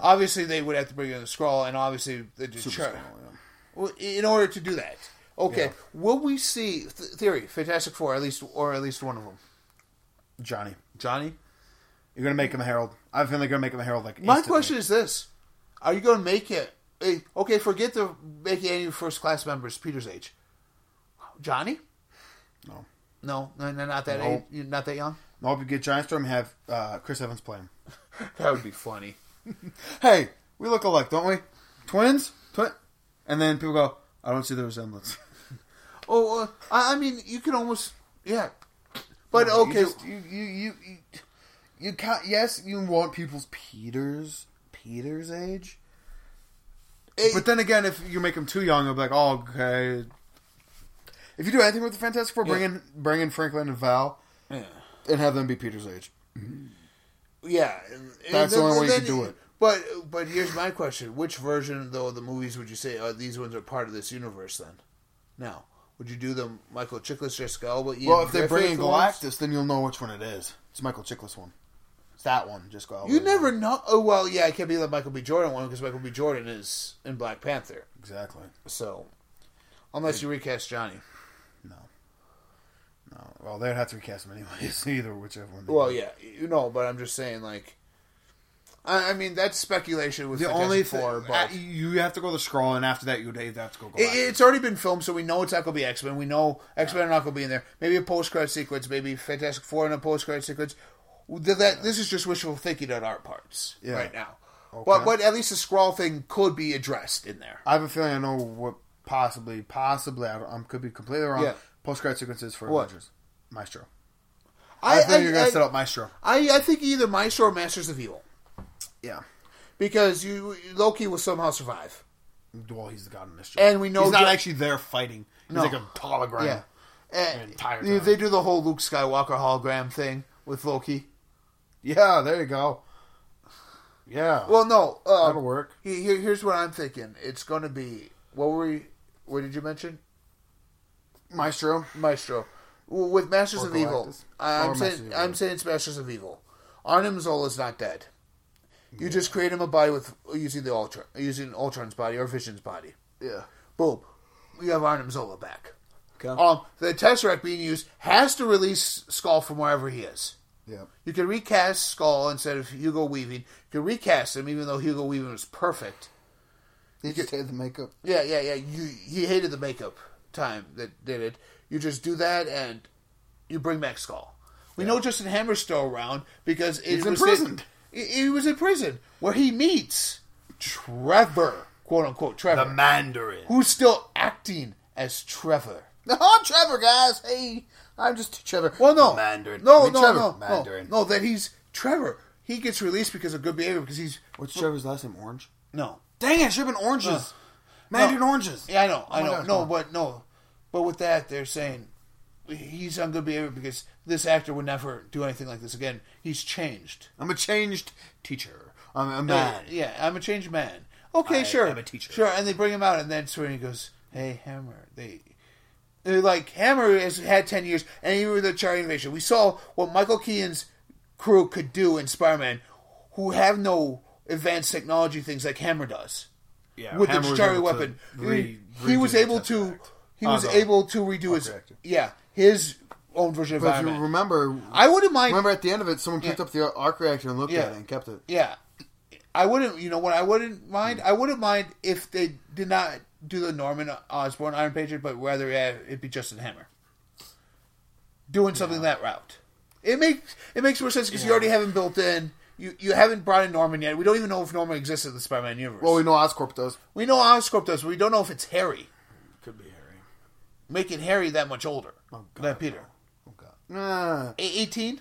Obviously, they would have to bring in the Skrull, and obviously the Super Chitauri. Skrull, yeah. Well, in order to do that. Okay, Yeah. will we see th- theory Fantastic Four at least, or at least one of them? Johnny, Johnny. you're gonna make him a herald. I feel like you're gonna make him a herald. Like My instantly. question is this: Are you going to make it? eh, Okay, forget the making any first class members Peter's age. Johnny? No, No, no, no, not that No. age, not that young. I hope you get Giant Storm. and Have uh, Chris Evans play him. That would be funny. Hey, we look alike, don't we? Twins, twin, and then people go, I don't see the resemblance. Oh, uh, I, I mean, you can almost yeah, but okay. You, just- you, you, you, you, you can't. Yes, you want people's Peters, Peters age, eh, but then again, if you make them too young, I'll be like, oh, okay. If you do anything with the Fantastic Four, bring Yeah. in bring in Franklin and Val, yeah. and have them be Peters age. Yeah, and- and That's the then- only way you then- can do it. But but here's my question: Which version, though, of the movies would you say uh, these ones are part of this universe? Then, now, would you do them Michael Chiklis, Jessica Alba? Ian Well, if they Griffith bring in ones? Galactus, then you'll know which one it is. It's Michael Chiklis one. It's that one. Just go. you never know. Oh well, yeah, it can't be the Michael B. Jordan one because Michael B. Jordan is in Black Panther. exactly. So, unless you recast Johnny, No. No. Well, they'd have to recast him anyways. Either whichever one. They well, do. yeah, you know. But I'm just saying, like, I, I mean, that's speculation with The only four, thing but. uh, you have to go to scroll, and after that, you'd you'd have to go. It, Galactus. it's already been filmed, so we know it's not going to be X Men. We know X Men are not going to be in there. Maybe a post credit sequence, maybe Fantastic Four in a post credit sequence. Th- That this is just wishful thinking on our parts Yeah. right now. Okay. But but at least the scrawl thing could be addressed in there. I have a feeling I know what possibly, possibly. I, don't- I could be completely wrong. Yeah. Post credit sequences for What? Avengers. Maestro. I, I I, think you're gonna I, set up Maestro. I I think either Maestro or Masters of Evil Yeah. because you Loki will somehow survive. Well, he's the god of mischief, And we know he's not Ja- actually there fighting. He's No. like a hologram. Yeah, and entire they- time. they do the whole Luke Skywalker hologram thing with Loki. Yeah, there you go. Yeah. Well, no, uh, That'll work. he- here- here's what I'm thinking. It's going to be what were we? What did you mention? Maestro. Maestro W- with Masters Or of Evil. Galactus. I- Or I'm Masters of saying Evil. I'm saying it's Masters of Evil. Arnim Zola's not dead. You just create him a body with using the Ultron, using Ultron's body or Vision's body. Yeah. Boom, we have Arnim Zola back. Okay. Um, the Tesseract being used has to release Skull from wherever he is. yeah. You can recast Skull instead of Hugo Weaving. You can recast him, even though Hugo Weaving was perfect. He just had the makeup. Yeah, yeah, yeah. You he hated the makeup time that did it. You just do that and you bring back Skull. We know Justin Hammer's still around because it He's was imprisoned. He, he was in prison where he meets Trevor, quote unquote Trevor, Mandarin. who's still acting as Trevor. Oh, Trevor, guys. Hey, I'm just Trevor. Well, no, Mandarin. no, I mean, no, Trevor. no, Mandarin. no, no. That he's Trevor. He gets released because of good behavior because he's What's Trevor's last name? Orange. no. Dang it! Should have been oranges. Mandarin oranges. Yeah, I know, I my know. gosh, no, no. but no, but with that, they're saying he's on good behavior because this actor would never do anything like this again. He's changed. I'm a changed teacher. I'm a Uh, man. yeah, I'm a changed man. Okay, I sure. am a teacher. Sure, and they bring him out, and then Serena goes, "Hey, Hammer, they." They're like Hammer has had ten years, and even with the Charlie Invasion, we saw what Michael Keaton's crew could do in Spider-Man, who have no advanced technology things like Hammer does Yeah, with Hammer the was Starry able to weapon. re- he, he redo was the able to Tesseract. he was Oh, no. able to redo his Correct. yeah his own version of But if Iron you Man. remember, I wouldn't mind. remember at the end of it, someone picked up the arc reactor and looked Yeah. at it and kept it. Yeah, I wouldn't. You know what? I wouldn't mind. I wouldn't mind if they did not do the Norman Osborn Iron Patriot, but rather uh, it be Justin Hammer doing something that route. It makes it makes more sense because you already have him built in. You you haven't brought in Norman yet. We don't even know if Norman exists in the Spider-Man universe. Well, Well, we know Oscorp does. we know Oscorp does, but we don't know if it's Harry. Could be Harry. Making Harry that much older God, than Peter. Oh God. Nah. A- 18?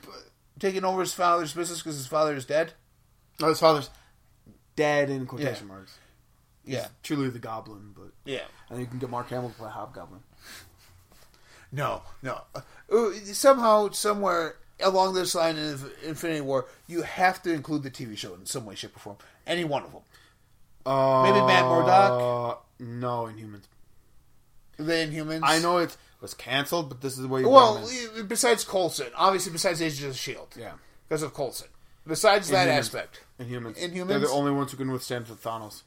Taking over his father's business because his father is dead? No, his father's dead in quotation Yeah. marks. Yeah. Truly the Goblin, but Yeah. And you can get Mark Hamill to play Hobgoblin. No, no. Uh, somehow, somewhere along this line in Infinity War, you have to include the TV show in some way, shape, or form. Any one of them. Uh, Maybe Matt Murdock? No, Inhumans. The Inhumans. I know it was canceled, but this is where you. Well, brought him in. e- besides Colson, obviously, besides Agents of Shield, E yeah, because of Colson. Besides that Inhumans. aspect, Inhumans. Inhumans? They're the only ones who can withstand the Thanos.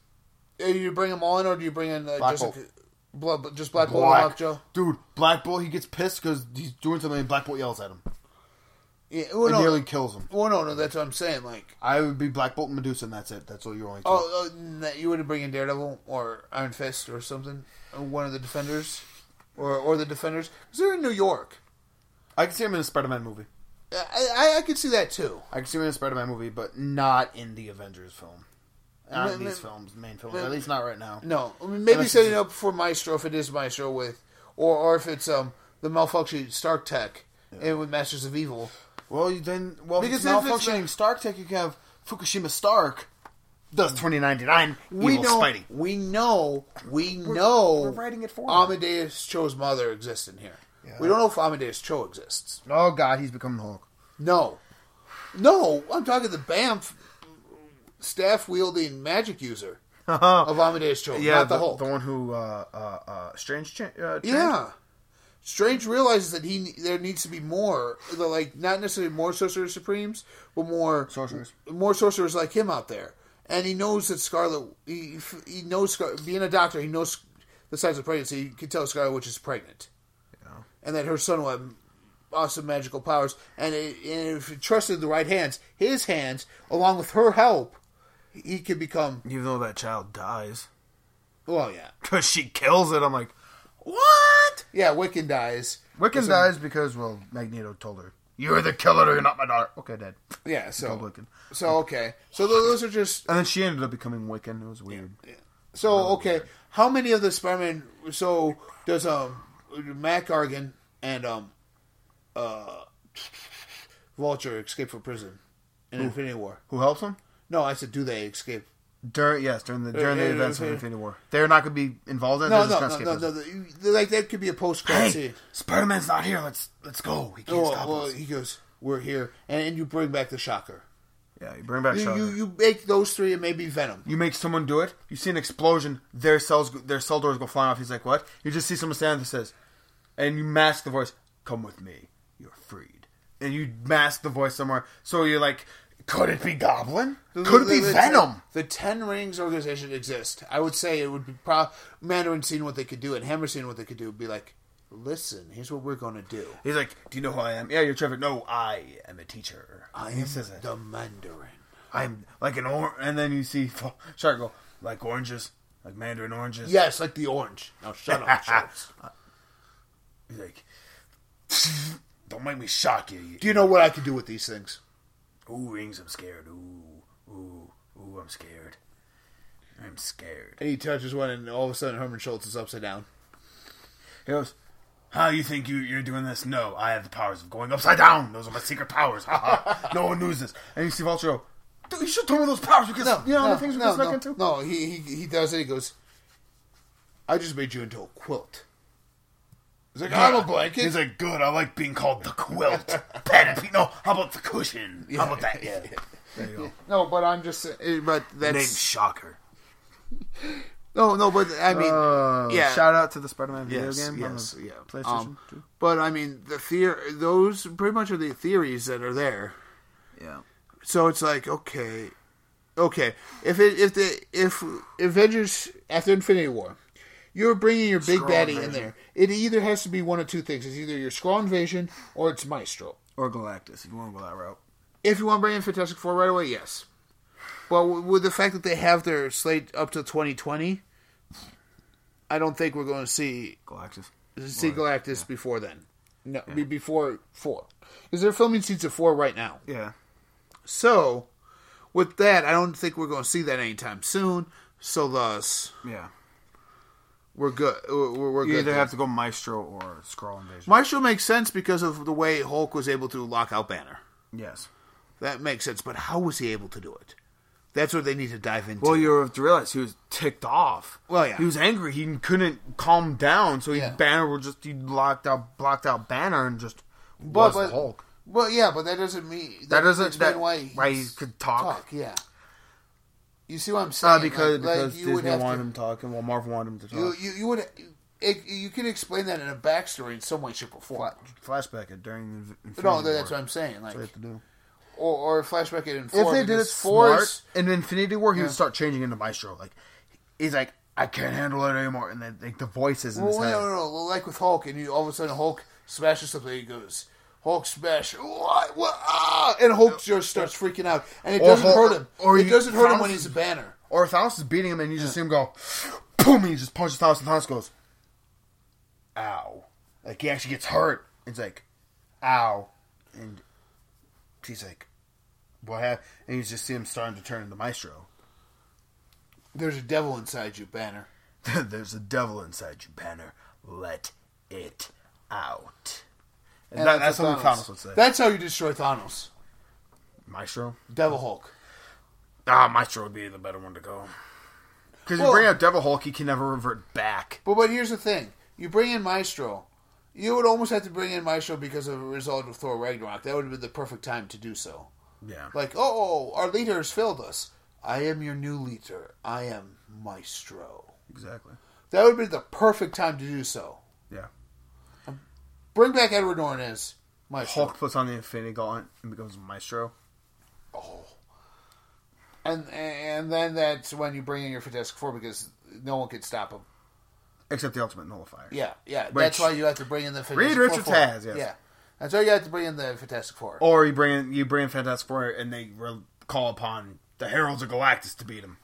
Uh, do you bring them all in, or do you bring in uh, Black Jessica- Bolt. Blood, just Black Bolt, and Black, Lockjaw? dude, Black Bolt. He gets pissed because he's doing something, and Black Bolt yells at him. Yeah, well, It no, nearly kills him. well, no, no, that's what I'm saying. Like, I would be Black Bolt and Medusa, and that's it. That's all you're only. Oh, Oh, uh, that you would bring in Daredevil or Iron Fist or something, or one of the Defenders, or or the Defenders, 'Cause they're in New York. I can see him in a Spider-Man movie. I, I I could see that too. I can see him in a Spider-Man movie, but not in the Avengers film. Not in Ma- these ma- films, main films. At least not right now. No, I mean, maybe Unless setting up for Maestro if it is Maestro with, or or if it's um the malfunctioning Stark Tech and with Masters of Evil. Well, you then, well, Because because if it's malfunctioning Stark Tech, you can have Fukushima Stark. Does twenty ninety nine? We know, we know, we know. we're writing it for him. Amadeus Cho's mother exists in here. Yeah. We don't know if Amadeus Cho exists. Oh God, he's becoming Hulk. No. No, I'm talking the BAMF staff wielding magic user of Amadeus Cho, not the, Hulk. one who uh, uh, uh, Strange. Cha- uh, yeah. Strange realizes that he there needs to be more, the, like not necessarily more sorcerer supremes, but more Sorcerers. more sorcerers like him out there. And he knows that Scarlet, he, he knows Scar, being a doctor, he knows the signs of pregnancy. He can tell Scarlet which is pregnant, and that her son will have awesome magical powers. And, it, and if he trusted the right hands, his hands, along with her help, he could become. Even though that child dies Well, yeah, because she kills it, I'm like, what? yeah. Wiccan dies. Wiccan dies because well, Magneto told her, "You're the killer. You're not my daughter." Okay, Dad. Yeah. So Called Wiccan. So okay. So tho- those are just And then she ended up becoming Wiccan. It was weird. so okay. How many of the Spider-Man? So does um Matt Gargan and um uh Vulture escape from prison in Infinity War? Who helps him? No, I said do they escape? During yes, during the during uh, the events of uh, Infinity War, they're not going to be involved in. it. No, They're no, just no, gonna no, escape no, it. the- Like that could be a post-credit Hey, scene. Spider Man's not here. Let's let's go. He can't Oh, stop well, us. he goes, "We're here," and, and you bring back the Shocker. Yeah, you bring back You, Shocker. you You, you make those three and maybe Venom. make someone do it. You see an explosion. Their cells, go- their cell doors go flying off. He's like, "What?" You just see someone stand there that says, and you mask the voice. Come with me. You're freed. And you mask the voice somewhere. So you're like, could it be Goblin? Could it be The- the- Venom? The, Ten Rings organization exists. I would say it would be pro- Mandarin seeing what they could do and Hammer seeing what they could do would be like, listen, here's what we're going to do. He's like, "Do you know who I am?" Yeah, you're Trevor. No, I am a teacher. I he am says it. the Mandarin. I'm like an orange, and then you see Shark go like oranges, like Mandarin oranges. Yes, like the orange. Now shut up, Schultz. He's like, don't make me shock you. you Do you know what I could do with these things? ooh, rings, I'm scared. Ooh, ooh, ooh, I'm scared. I'm scared. And he touches one, and all of a sudden Herman Schultz is upside down. He goes, how you think you, you're doing this? No, I have the powers of going upside down. Those are my secret powers. Ha ha. No one knows this. And you see Vulture go, dude, you should tell me those powers because you know how many things we no, can snuck no, into? no, he, he he does it. He goes, I just made you into a quilt. He's like, I'm a blanket. He's like, good, I like being called the quilt. Panoply. No, how about the cushion? How about that? Yeah. There you go. eh, no, but I'm just saying. But that's Shocker. No, no, but I mean, Uh, yeah. Shout out to the Spider-Man video Yes, game. on yes. the, yeah. PlayStation. um, 2. but I mean, the theor- those pretty much are the theories that are there. Yeah. So it's like okay, okay. If it if the if Avengers after Infinity War, you're bringing your big Skrull baddie in invasion. there. It either has to be one of two things. It's either your Skrull invasion or it's Maestro. Or Galactus, if you want to go that route. If you want to bring in Fantastic Four right away, yes. But w- with the fact that they have their slate up to 2020, I don't think we're going to see Galactus. see Galactus before then. No, be before four, because they're filming season four right now. Yeah. So, with that, I don't think we're going to see that anytime soon. So, thus, Yeah. we're good. We're, we're You good. either there. have to go Maestro or Skrull Invasion. Marshall makes sense because of the way Hulk was able to lock out Banner. yes. That makes sense. But how was he able to do it? That's what they need to dive into. Well, you have to realize he was ticked off. Well, yeah. He was angry. He couldn't calm down, so he Yeah. Banner would just he locked out, blocked out Banner, and just but, was but, the Hulk. Well, yeah, but that doesn't mean that, doesn't- explain that- why, why he he's- could talk. Yeah, you see what I'm saying? Uh, because Like- like, because you would Disney have wanted to- him talking, well, Marvel wanted him to talk. You, you you would it, you can explain that in a backstory in some way, shape, or form. Flashback it during the Infinity No, War. that's what I'm saying. Like, They have to do. or, or a flashback in If four. they did it because smart is- in Infinity War, he would start changing into Maestro. Like he's like, I can't handle it anymore, and then like the voices in Well, his no, head. no, no, well, like with Hulk, and you all of a sudden Hulk smashes something. He goes, Hulk smash, what, what, ah! and Hulk just starts freaking out, and it Or doesn't Hulk- hurt him. or it you- doesn't hurt him when Thanos- he's a banner. Or Thanos is beating him, and you just see him go, boom, and he just punches Thanos, and Thanos goes, ow. Like, he actually gets hurt. It's like, ow. And he's like, what happened? And you just see him starting to turn into Maestro. There's a devil inside you, banner. There's a devil inside you, Banner. Let it out. And And that, that's what Thanos. Thanos would say. That's how you destroy Thanos, Maestro? Devil Hulk. Ah, Maestro would be the better one to go. Because Well- you bring up Devil Hulk, he can never revert back. But but here's the thing: you bring in Maestro, you would almost have to bring in Maestro because of a result of Thor Ragnarok. That would have been the perfect time to do so. Yeah. Like, oh, our leader has failed us. I am your new leader. I am Maestro. exactly. That would be the perfect time to do so. Yeah. Bring back Edward Norton as Maestro. Hulk puts on the Infinity Gauntlet and becomes Maestro. Oh. And and then that's when you bring in your Fantastic Four because no one could stop him. Except the Ultimate Nullifier. Yeah, yeah. that's Which- why you have to bring in the Fantastic Reed Four. Richards for- has, yes. Yeah. That's why you have to bring in the Fantastic Four. Or you bring in, you bring in Fantastic Four and they re- call upon the Heralds of Galactus to beat him.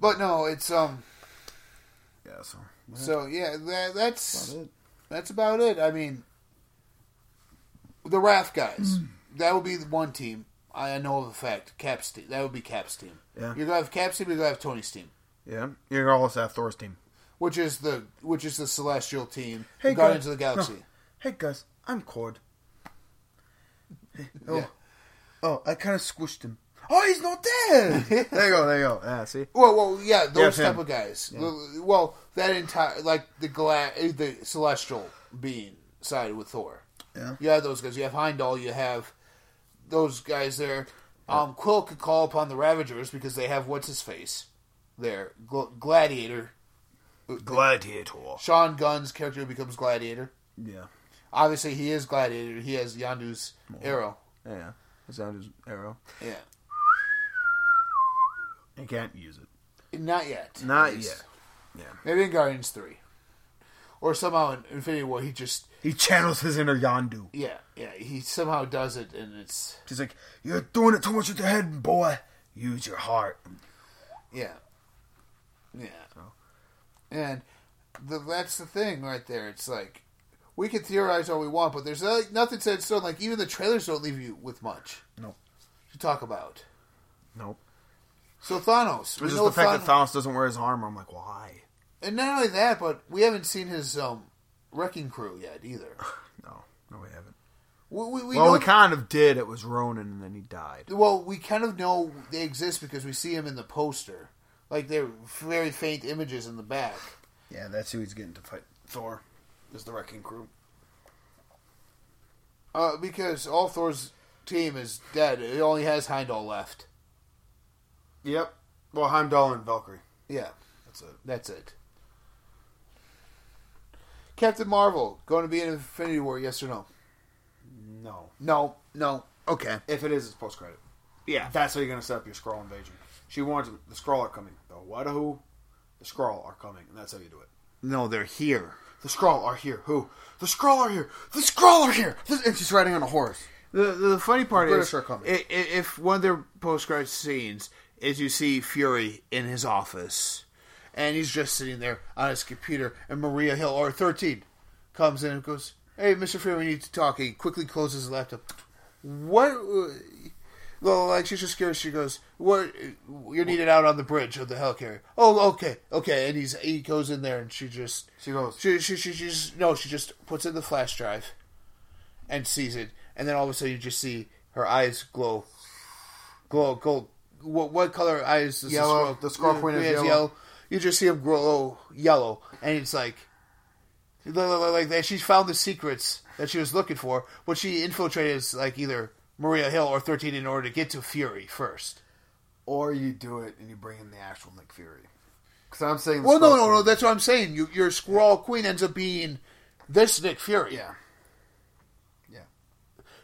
But no, it's um. Yeah, so So yeah, that, that's About it. that's about it. I mean, the Wrath guys. Mm. That would be the one team I know of a fact. Cap's team. That would be Cap's team. Yeah. You're gonna have Cap's team. You're gonna have Tony's team, yeah, you're gonna also have Thor's team. which is the which is the Celestial team, Hey, the Guardians guys. of the Galaxy. No. Hey guys, I'm Cord. Hey, oh, Yeah. oh, I kind of squished him. Oh, he's not dead. there you go. There you go. Yeah, see. Well, well, yeah, those him. type of guys. The- Well, that entire like the gla- eh, the celestial being sided with Thor. Yeah. you have those guys. You have Heimdall. You have those guys there. Um, Quill could call upon the Ravagers because they have what's his face, their gl- gladiator. Gladiator. Sean Gunn's character becomes gladiator. Yeah. Obviously, he is gladiator. He has Yandu's Mm-hmm. arrow. Yeah. That sound is arrow. Yeah, You can't use it. not yet. at Not least. yet. Yeah. Maybe in Guardians three, or somehow in Infinity War, he just He channels his inner Yondu. Yeah, yeah, he somehow does it, and it's She's like, "You're doing it too much with your head, boy. Use your heart." yeah, yeah, and the, that's the thing right there. It's like we can theorize all we want, but there's like nothing said in stone. Like even the trailers don't leave you with much Nope. to talk about. Nope. So Thanos, we It's just know the fact Thanos- that Thanos doesn't wear his armor. I'm like, why? and not only that, but we haven't seen his um, wrecking crew yet either. No, no, we haven't. We, we, we well, know, we kind of did. It was Ronan, and then he died. well, we kind of know they exist because we see him in the poster. Like they're very faint images in the back. Yeah, that's who he's getting to fight. Thor is the Wrecking Crew. Uh, because all Thor's team is dead. It only has Heimdall left. Yep. Well, Heimdall and Valkyrie. Yeah, That's it. that's it. Captain Marvel going to be in Infinity War? Yes or no? No. No, no. Okay. If it is, it's post credit. Yeah. That's how you're going to set up your Skrull invasion. She warns them, the Skrull are coming. The Wadahu, the Skrull are coming, and that's how you do it. No, they're here. The Skrull are here. Who? The Skrull are here. The Skrull are here. This, and she's riding on a horse. The the, the funny part British is, are coming. i- i- if one of their post credit scenes is you see Fury in his office, and he's just sitting there on his computer, and Maria Hill or thirteen comes in and goes, "Hey, Mister Fury, we need to talk." He quickly closes his laptop. What? Well, like she's just curious. She goes, "What? You're needed out on the bridge of the hell carrier." Oh, okay, okay. And he's he goes in there, and she just She goes, she, she, she, she just, no, she just puts in the flash drive and sees it, and then all of a sudden you just see her eyes glow, glow, gold. What, what color eyes? Does Yellow. The Scar Queen is Yeah, it's yellow. You just see them glow yellow, and it's like, li- li- li- like that. She's found the secrets that she was looking for, but she infiltrated as like either Maria Hill or Thirteen in order to get to Fury first. or you do it and you bring in the actual Nick Fury. Because I'm saying. the Well, no, Skrull- no, no. That's what I'm saying. You, your Squirrel Queen ends up being this Nick Fury. Yeah.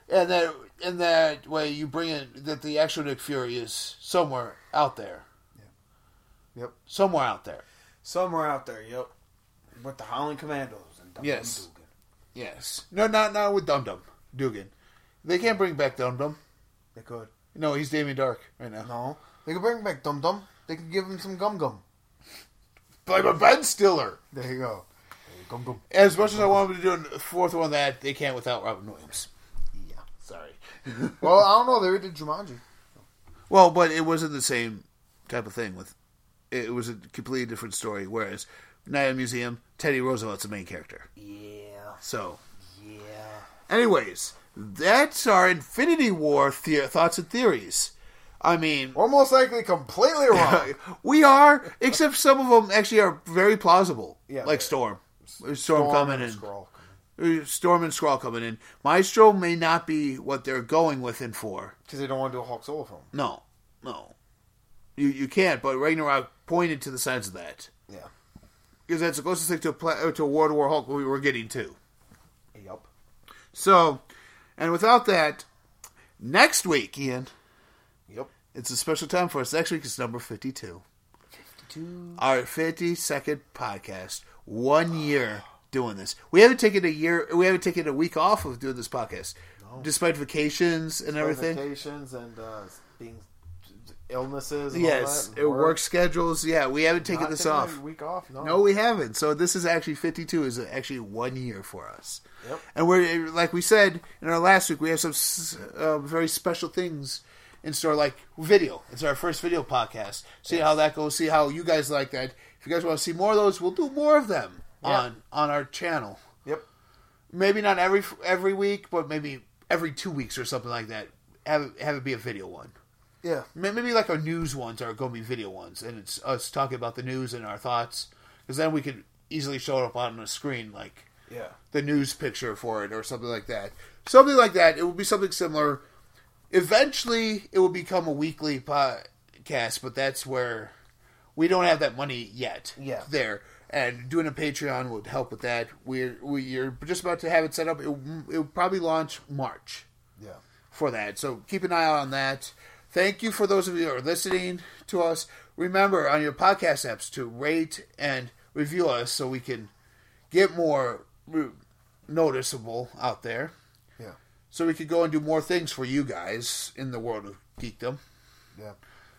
and that in that way you bring in that the actual Nick Fury is somewhere out there. Yep. Somewhere out there. Somewhere out there, yep. With the Howling Commandos and Dum Yes. Yes. No, not not with Dum Dum Dugan. They can't bring back Dum Dum. They could. No, he's Damien Dark right now. No. They could bring back Dum Dum. They could give him some Gum Gum. But but Ben Stiller. There you go. Gum Gum. As much as I want him to do a fourth one, that they can't without Robin Williams. Yeah. Sorry. Well, I don't know. They did Jumanji. Well, but it wasn't the same type of thing. With it was a completely different story. Whereas Night at the Museum, Teddy Roosevelt's the main character. Yeah. So Yeah. Anyways, that's our Infinity War the- thoughts and theories. I mean, We're most likely completely wrong. we are, except some of them actually are very plausible. Yeah, like they- Storm. Storm, coming in. Skrull. Uh, Storm and Skrull coming in. Maestro may not be what they're going with in four. Because they don't want to do a Hulk solo film. No, no, you you can't. But Ragnarok pointed to the signs of that Yeah. because that's the closest thing to a pla- uh, to a World War Hulk we were getting to. Yup. So, and without that, next week, Ian. Yep. It's a special time for us. Next week is number 52. Our 52nd podcast. One year doing this. We haven't taken a year, we haven't taken a week off of doing this podcast. Despite vacations and everything. Vacations and uh, being illnesses. And yes, all that, it work schedules. Yeah, we haven't taken Not this taking a off. Week off. No. No, we haven't. So this is actually 52 is actually one year for us. Yep. And we're like we said in our last week, we have some s- uh, very special things in store, like video. It's our first video podcast. See how that goes. See how you guys like that. If you guys want to see more of those, we'll do more of them Yeah. on on our channel. Yep. Maybe not every every week, but maybe every two weeks or something like that. Have it, have it be a video one. Yeah. May- Maybe like our news ones are going to be video ones, and it's us talking about the news and our thoughts, because then we could easily show it up on the screen, like Yeah. the news picture for it or something like that. Something like that. It will be something similar. Eventually, it will become a weekly podcast, but that's where we don't have that money yet. Yeah. There. And doing a Patreon would help with that. We're, we're just about to have it set up. It, it will probably launch March Yeah. for that. So keep an eye out on that. Thank you for those of you who are listening to us. Remember on your podcast apps to rate and review us so we can get more re- noticeable out there. Yeah. So we could go and do more things for you guys in the world of geekdom. Yeah.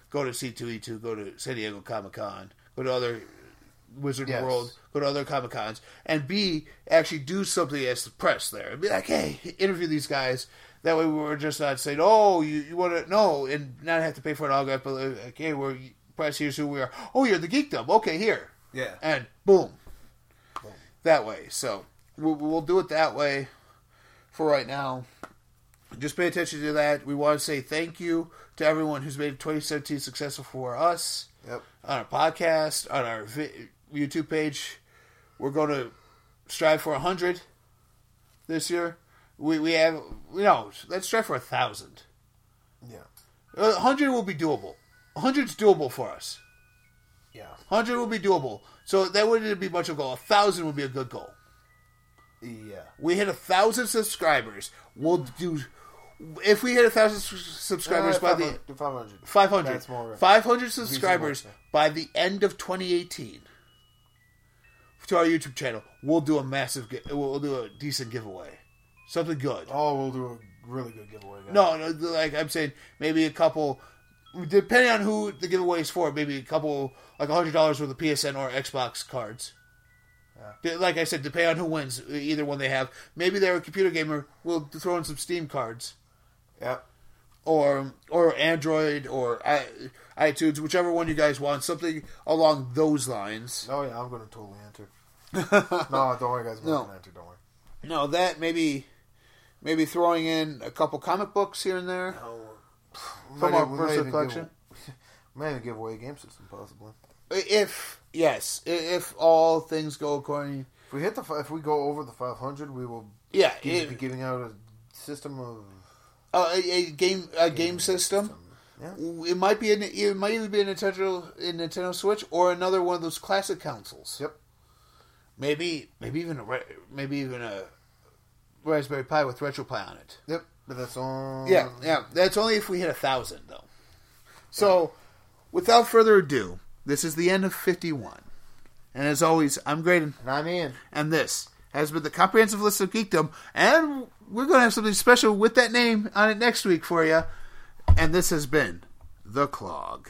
Go to C2E2, go to San Diego Comic Con, go to other Wizard Yes. World, go to other Comic Cons, and B, actually do something as the press there. And be like, hey, interview these guys. That way we're just not saying, oh, you, you want to, no, and not have to pay for an autograph, but uh, okay, we're press, here's who we are. Oh, you're the geekdom. Okay, here. Yeah. And boom. That way. So we'll, we'll do it that way for right now. Just pay attention to that. We want to say thank you to everyone who's made 2017 successful for us Yep. on our podcast, on our vi- YouTube page. We're going to strive for 100 this year. We, we have, you know, let's strive for a 1,000. Yeah. Uh, 100 will be doable. 100's doable for us. Yeah. 100 would be doable. So that wouldn't be much of a goal. 1,000 would be a good goal. Yeah. We hit a 1,000 subscribers. We'll do. If we hit a 1,000 s- Uh, subscribers by the. 500. 500. That's more. 500 subscribers reasonable, by the end of 2018 to our YouTube channel. We'll do a massive, gi- we'll do a decent giveaway. Something good. Oh, we'll do a really good giveaway. guys. No, no, like I'm saying, maybe a couple, depending on who the giveaway is for, maybe a couple, like $100 worth of PSN or Xbox cards. De- Like I said, depending on who wins, either one they have. Maybe they're a computer gamer, we'll throw in some Steam cards Yep. or or Android or I, iTunes, whichever one you guys want, something along those lines. Oh, yeah, I'm going to totally enter. no, don't worry, guys. I'm No. going to enter. Don't worry. No, that maybe maybe throwing in a couple comic books here and there from Might our even- might personal even collection. give- might even give away a game system, possibly. If yes, i- if all things go according, If we hit the, fi- if we go over the 500, we will yeah, give, be it- giving out a system of. uh, a, a game a game system. Yeah. It might be an, it might either be a Nintendo a Nintendo Switch or another one of those classic consoles. Yep. Maybe maybe even a re- maybe even a Raspberry Pi with RetroPie on it. Yep. But that's all. Yeah, yeah. That's only if we hit a thousand, though. So, without further ado, this is the end of fifty-one, and as always, I'm Graydon, And I'm in. and this has been the comprehensive list of geekdom, and we're gonna have something special with that name on it next week for you. And this has been the Clog.